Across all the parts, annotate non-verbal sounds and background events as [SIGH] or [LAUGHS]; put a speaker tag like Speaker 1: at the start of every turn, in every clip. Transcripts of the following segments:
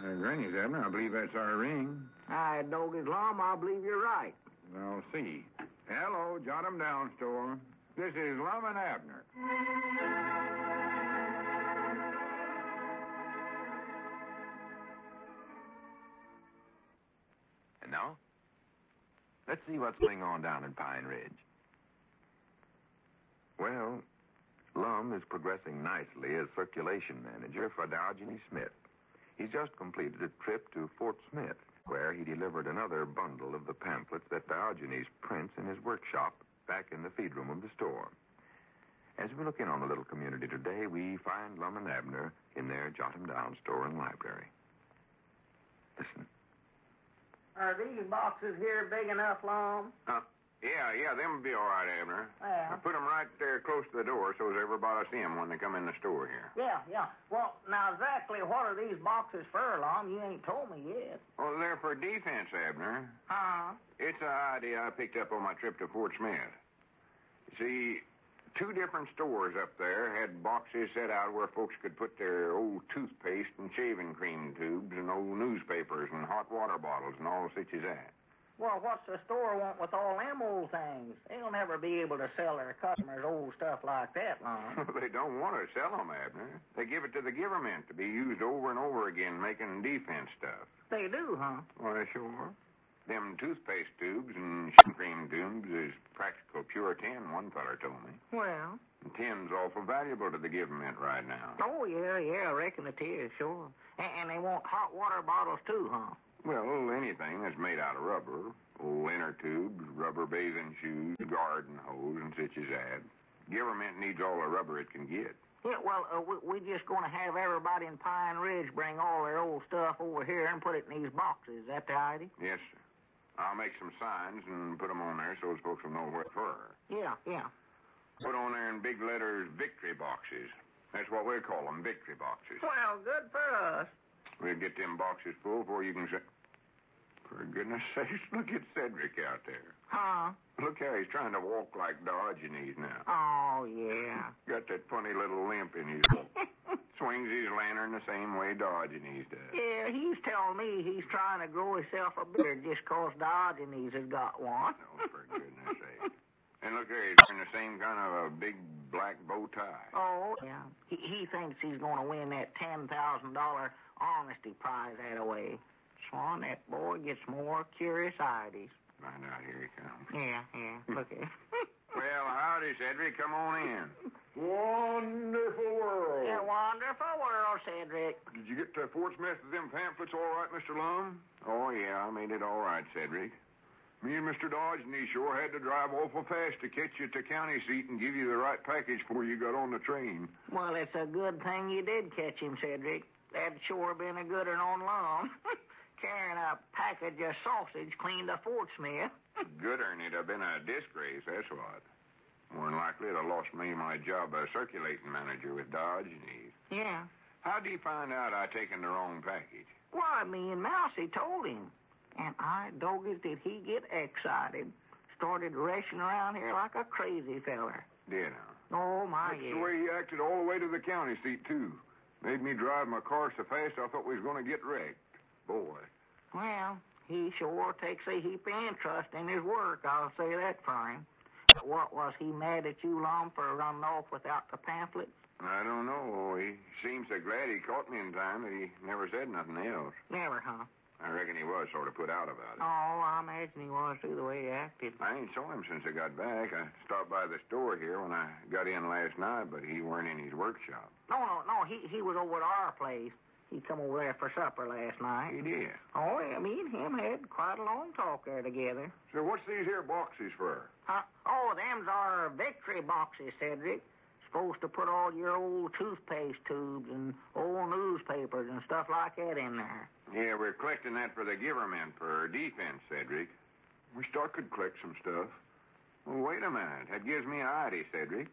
Speaker 1: There's rings, Abner. I believe that's our ring.
Speaker 2: I don't get long. I believe you're right.
Speaker 1: Well, see. Hello, jot 'em down, store. This is Lum and Abner.
Speaker 3: And now, let's see what's going on down in Pine Ridge. Well, Lum is progressing nicely as circulation manager for Diogenes Smith. He's just completed a trip to Fort Smith, where he delivered another bundle of the pamphlets that Diogenes prints in his workshop back in the feed room of the store. As we look in on the little community today, we find Lum and Abner in their jot 'em down store and library. Listen.
Speaker 2: Are these boxes here big enough, Lom?
Speaker 3: Huh? Yeah, yeah, them will be all right, Abner.
Speaker 2: Yeah.
Speaker 3: I put 'em right there close to the door so's everybody see 'em when they come in the store here.
Speaker 2: Yeah, yeah. Well, now exactly what are these boxes for, Lom? You ain't told me yet.
Speaker 3: Well, Oh, they're for defense, Abner.
Speaker 2: Huh?
Speaker 3: It's an idea I picked up on my trip to Fort Smith. You See, two different stores up there had boxes set out where folks could put their old toothpaste and shaving cream tubes and old newspapers and hot water bottles and all such as that.
Speaker 2: Well, what's the store want with all them old things? They'll never be able to sell their customers old stuff like that, Lom.
Speaker 3: [LAUGHS] they don't want to sell 'em, Abner. They give it to the giverment to be used over and over again making defense stuff.
Speaker 2: [LAUGHS] they do, huh?
Speaker 3: Why, sure. Them toothpaste tubes and cream tubes is practical pure tin, one feller told me.
Speaker 2: Well.
Speaker 3: And tin's awful valuable to the government right now.
Speaker 2: Oh, yeah, yeah, I reckon it is, sure. And, and they want hot water bottles, too, huh?
Speaker 3: Well, anything that's made out of rubber. Old inner tubes, rubber bathing shoes, garden hose, and such as that. Government needs all the rubber it can get.
Speaker 2: Yeah, well, uh, we, we're just going to have everybody in Pine Ridge bring all their old stuff over here and put it in these boxes. Is that the idea?
Speaker 3: Yes, sir. I'll make some signs and put 'em on there so folks will know what for.
Speaker 2: Yeah, yeah.
Speaker 3: Put on there in big letters, victory boxes. That's what we call 'em, victory boxes.
Speaker 2: Well, good for us.
Speaker 3: We'll get them boxes full before you can say. For goodness [LAUGHS] sakes, look at Cedric out there.
Speaker 2: Huh?
Speaker 3: Look how he's trying to walk like Diogenes now.
Speaker 2: Oh, yeah.
Speaker 3: Got that funny little limp in his walk. Swings his lantern the same way Diogenes does.
Speaker 2: [LAUGHS] yeah, he's telling me he's trying to grow himself a beard just 'cause Diogenes has got one.
Speaker 3: Oh, for goodness sake. And look there, he's wearing the same kind of a big black bow tie.
Speaker 2: Oh, yeah. He, he thinks he's going to win that $10,000 honesty prize that away. Swan, that boy gets more curious ideas.
Speaker 3: Find out here he comes.
Speaker 2: Yeah, yeah. Look at
Speaker 3: Well, howdy, Cedric. Come on in.
Speaker 1: Wonderful world.
Speaker 2: Yeah, wonderful world, Cedric.
Speaker 3: Did you get to Fort Smith with them pamphlets all right, Mr. Lum? Oh, yeah, I made it all right, Cedric. Me and Mr. Dodge and he sure had to drive awful fast to catch you at the county seat and give you the right package before you got on the train.
Speaker 2: Well, it's a good thing you did catch him, Cedric. That'd sure been a good one on loan. [LAUGHS] Carrying a package of sausage clean to Fort Smith.
Speaker 3: Good earn it'd have been a disgrace, that's what. More than likely, it'd have lost me my job as circulating manager with Dodge and Ease.
Speaker 2: yeah.
Speaker 3: How'd he find out I taken the wrong package?
Speaker 2: Why, me and Mousie told him. And I dogged did he get excited. Started rushing around here like a crazy feller.
Speaker 3: Did I?
Speaker 2: Oh, my,
Speaker 3: That's the
Speaker 2: yeah.
Speaker 3: way he acted all the way to the county seat, too. Made me drive my car so fast I thought we was going to get wrecked. Boy.
Speaker 2: Well, he sure takes a heap of interest in his work, I'll say that for him. What was he mad at you, Lom, for running off without the pamphlet?
Speaker 3: I don't know. He seems so glad he caught me in time that he never said nothing else.
Speaker 2: Never, huh?
Speaker 3: I reckon he was sort of put out about it.
Speaker 2: Oh, I imagine he was too, the way he acted.
Speaker 3: I ain't saw him since I got back. I stopped by the store here when I got in last night, but he weren't in his workshop.
Speaker 2: No, no, no, he, he was over at our place. He come over there for supper last night.
Speaker 3: He did.
Speaker 2: Oh, yeah, me and him had quite a long talk there together.
Speaker 3: So what's these here boxes for?
Speaker 2: Uh, oh, them's our victory boxes, Cedric. Supposed to put all your old toothpaste tubes and old newspapers and stuff like that in there.
Speaker 3: Yeah, we're collecting that for the giverment for defense, Cedric. Wish I could collect some stuff. Well, wait a minute. That gives me an idea, Cedric.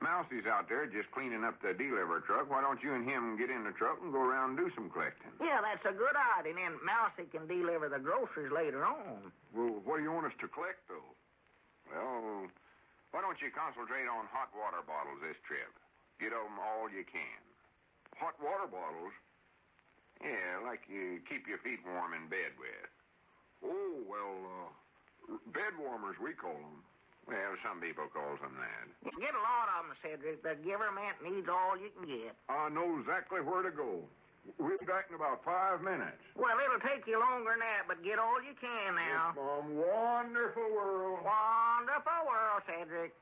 Speaker 3: Mousie's out there just cleaning up the deliver truck. Why don't you and him get in the truck and go around and do some collecting?
Speaker 2: Yeah, that's a good idea. And then Mousie can deliver the groceries later on.
Speaker 3: Well, what do you want us to collect, though? Well, why don't you concentrate on hot water bottles this trip? Get 'em all you can. Hot water bottles? Yeah, like you keep your feet warm in bed with.
Speaker 1: Oh, well, uh, r- bed warmers, we call them.
Speaker 3: Well, some people calls them that.
Speaker 2: You get a lot of 'em, Cedric. The government needs all you can get.
Speaker 1: I know exactly where to go. We'll be back in about five minutes.
Speaker 2: Well, it'll take you longer than that, but get all you can now.
Speaker 1: It's some wonderful world.
Speaker 2: Wonderful world, Cedric.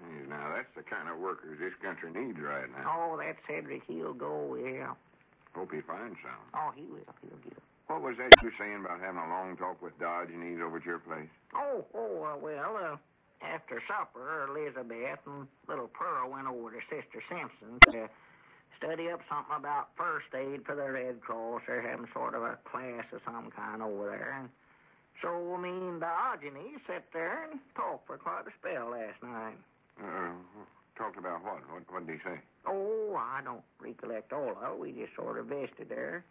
Speaker 3: Yeah, Now, that's the kind of workers this country needs right now.
Speaker 2: Oh, that Cedric, he'll go, yeah.
Speaker 3: Hope he finds some.
Speaker 2: Oh, he will. He'll get it.
Speaker 3: What was that you were saying about having a long talk with Dodge and he's over at your place?
Speaker 2: Oh, oh, uh, well, uh, after supper, Elizabeth and little Pearl went over to Sister Simpson to study up something about first aid for the Red Cross. They're having sort of a class of some kind over there. And so me and Diogenes sat there and talked for quite a spell last night.
Speaker 3: Uh, talked about what? What, what did he say?
Speaker 2: Oh, I don't recollect all of it. We just sort of vested there.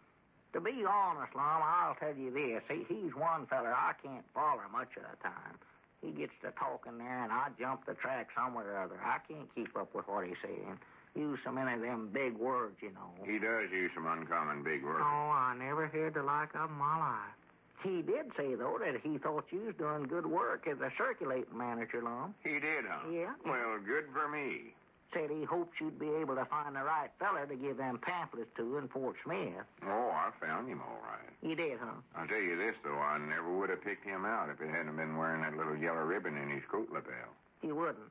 Speaker 2: To be honest, Lum, I'll tell you this. He, he's one feller I can't follow much of the time. He gets to talking there, and I jump the track somewhere or other. I can't keep up with what he's saying. Use so many of them big words, you know.
Speaker 3: He does use some uncommon big words.
Speaker 2: Oh, I never heard the like of 'em in my life. He did say, though, that he thought you was doing good work as a circulating manager, Lum.
Speaker 3: He did, huh?
Speaker 2: Yeah.
Speaker 3: Well, good for me.
Speaker 2: Said he hoped you'd be able to find the right feller to give them pamphlets to in Fort Smith.
Speaker 3: Oh, I found him all right.
Speaker 2: You did, huh?
Speaker 3: I'll tell you this, though, I never would have picked him out if it hadn't been wearing that little yellow ribbon in his coat lapel.
Speaker 2: He wouldn't.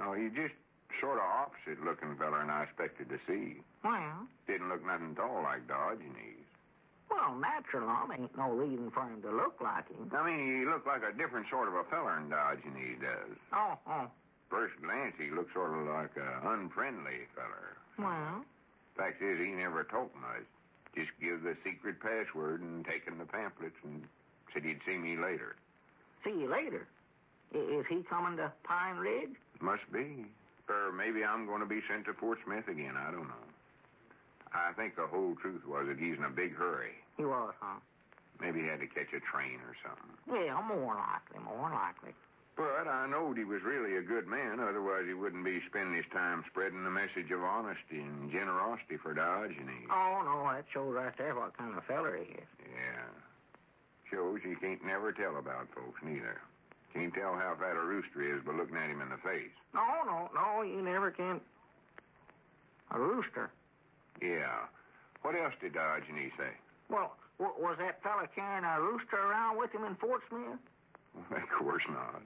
Speaker 3: No, he's just sort of opposite looking feller than I expected to see.
Speaker 2: Well,
Speaker 3: Didn't look nothing at all like Dodge, and he's.
Speaker 2: well, natural arm ain't no reason for him to look like him.
Speaker 3: I mean, he looked like a different sort of a feller than Dodge, and he does.
Speaker 2: Oh, oh.
Speaker 3: First glance, he looked sort of like a unfriendly feller.
Speaker 2: Well,
Speaker 3: Fact is, he never talked much. Just give the secret password and taken the pamphlets and said he'd see me later.
Speaker 2: see you later. I- Is he coming to Pine Ridge?
Speaker 3: Must be. Or maybe I'm going to be sent to Fort Smith again. I don't know. I think the whole truth was that he's in a big hurry.
Speaker 2: He was, huh?
Speaker 3: Maybe he had to catch a train or something.
Speaker 2: Yeah, more likely, more likely.
Speaker 3: But I knowed he was really a good man, otherwise he wouldn't be spending his time spreading the message of honesty and generosity for Diogenes.
Speaker 2: Oh, no, that shows right there what kind of feller he is.
Speaker 3: Yeah. Shows you can't never tell about folks, neither. Can't tell how fat a rooster is by looking at him in the face.
Speaker 2: No, no, no, you never can. A rooster.
Speaker 3: Yeah. What else did Diogenes say? [LAUGHS]
Speaker 2: Well, w- was that fella carrying a rooster around with him in Fort Smith?
Speaker 3: Well, of course not.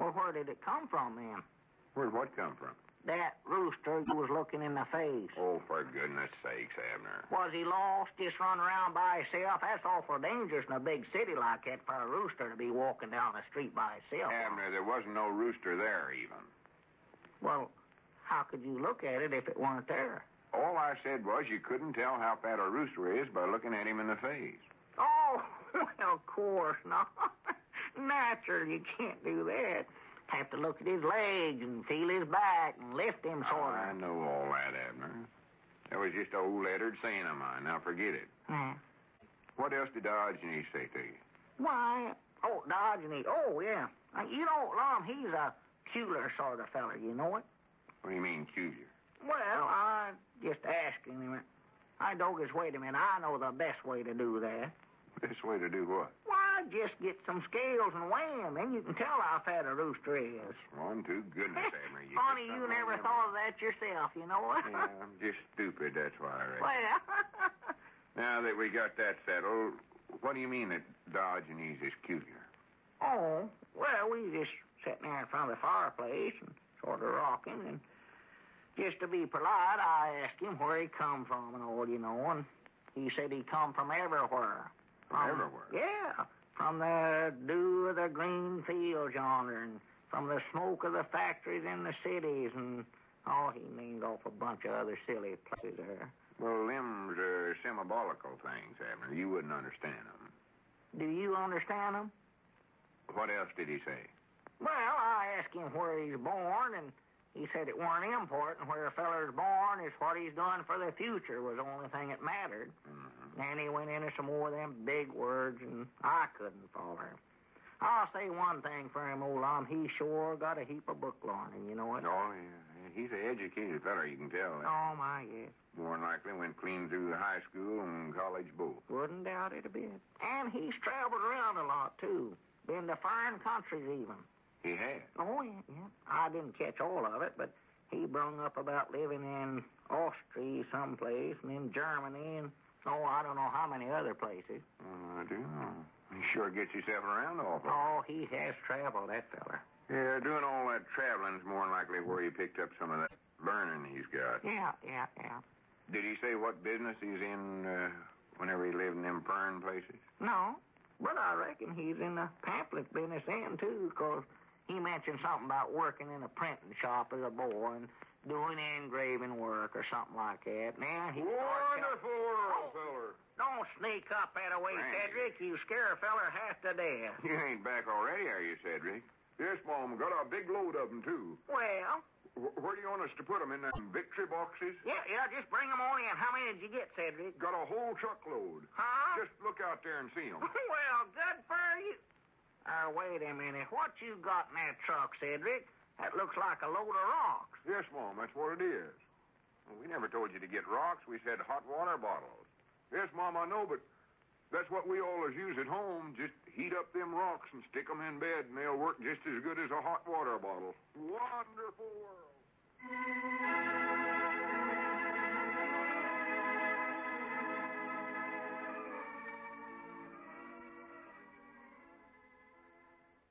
Speaker 2: Well, where did it come from, then?
Speaker 3: Where'd what come from?
Speaker 2: That rooster you was looking in the face.
Speaker 3: Oh, for goodness sakes, Abner.
Speaker 2: Was he lost, just run around by himself? That's awful dangerous in a big city like that for a rooster to be walking down the street by himself.
Speaker 3: Abner, there wasn't no rooster there, even.
Speaker 2: Well, how could you look at it if it weren't there?
Speaker 3: All I said was you couldn't tell how fat a rooster is by looking at him in the face.
Speaker 2: Oh, [LAUGHS] well, of course not. [LAUGHS] Naturally, you can't do that. Have to look at his legs and feel his back and lift him
Speaker 3: Oh,
Speaker 2: sort
Speaker 3: I
Speaker 2: of.
Speaker 3: know all that, Abner. That was just a old lettered saying of mine. Now forget it.
Speaker 2: Yeah.
Speaker 3: What else did Diogenes say to you?
Speaker 2: Why? Oh, Diogenes. Oh, yeah. Uh, You know, Lom, he's a culer sort of feller, you know it?
Speaker 3: What do you mean, peculiar?
Speaker 2: Well, I just asking him. I doggies, wait a minute. I know the best way to do that.
Speaker 3: This way to do what?
Speaker 2: Why, just get some scales and weigh 'em, and you can tell how fat a rooster is.
Speaker 3: One, two, goodness,
Speaker 2: [LAUGHS]
Speaker 3: Abner. You
Speaker 2: Funny
Speaker 3: just
Speaker 2: you
Speaker 3: don't
Speaker 2: never
Speaker 3: remember.
Speaker 2: thought of that yourself, you know.
Speaker 3: Yeah, I'm just stupid, that's why I read.
Speaker 2: [LAUGHS] well, [LAUGHS]
Speaker 3: Now that we got that settled, what do you mean that Diogenes is peculiar?
Speaker 2: oh, well, we just sitting there in front of the fireplace and sort of rocking, and just to be polite, I asked him where he come from and all, you know, and he said he come from everywhere.
Speaker 3: From
Speaker 2: From-
Speaker 3: everywhere.
Speaker 2: Yeah, from the dew of the green fields yonder, and from the smoke of the factories in the cities, and oh, he named off a bunch of other silly places there.
Speaker 3: Well, limbs are symbolical things, Abner. You wouldn't understand them.
Speaker 2: Do you understand him?
Speaker 3: What else did he say?
Speaker 2: Well, I asked him where he's born, and he said it weren't important where a feller's born, it's what he's done for the future was the only thing that mattered.
Speaker 3: Mm-hmm.
Speaker 2: And he went into some more of them big words, and I couldn't follow him. I'll say one thing for him, old Lom. He sure got a heap of book learning, you know it.
Speaker 3: Oh, yeah, He's an educated feller, you can tell.
Speaker 2: Oh, my, yes.
Speaker 3: More than likely went clean through high school and college both.
Speaker 2: Wouldn't doubt it a bit. And he's traveled around a lot, too. Been to foreign countries, even.
Speaker 3: He has.
Speaker 2: Oh, yeah, yeah. I didn't catch all of it, but he brung up about living in Austria someplace and in Germany and, oh, I don't know how many other places. Mm-hmm.
Speaker 3: Oh, I do. He sure gets himself around awful.
Speaker 2: Oh, he has traveled, that feller.
Speaker 3: Yeah, doing all that traveling's more than likely where he picked up some of that burning he's got.
Speaker 2: Yeah, yeah, yeah.
Speaker 3: Did he say what business he's in uh, whenever he lived in them burn places?
Speaker 2: No, but I reckon he's in the pamphlet business then, too, 'cause he mentioned something about working in a printing shop as a boy and doing engraving work or something like that. Now he.
Speaker 1: Wonderful,
Speaker 2: Oh.
Speaker 1: feller.
Speaker 2: Don't sneak up that way,
Speaker 3: Randy.
Speaker 2: Cedric. You scare a feller half to
Speaker 3: [LAUGHS]
Speaker 2: death.
Speaker 3: You ain't back already, are you, Cedric?
Speaker 1: Yes, Mom, got a big load of them, too.
Speaker 2: Well,
Speaker 1: Wh- where do you want us to put them? In them victory boxes?
Speaker 2: yeah, yeah, just bring 'em on in. How many did you get, Cedric?
Speaker 1: Got a whole truckload.
Speaker 2: Huh?
Speaker 1: Just look out there and see them.
Speaker 2: [LAUGHS] well, good for you. Uh, wait a minute. What you got in that truck, Cedric? That looks like a load of rocks.
Speaker 1: Yes, Mom, that's what it is.
Speaker 3: Well, we never told you to get rocks. We said hot water bottles.
Speaker 1: Yes, Mom, I know, but that's what we always use at home. Just heat up them rocks and stick 'em in bed, and they'll work just as good as a hot water bottle. Wonderful world.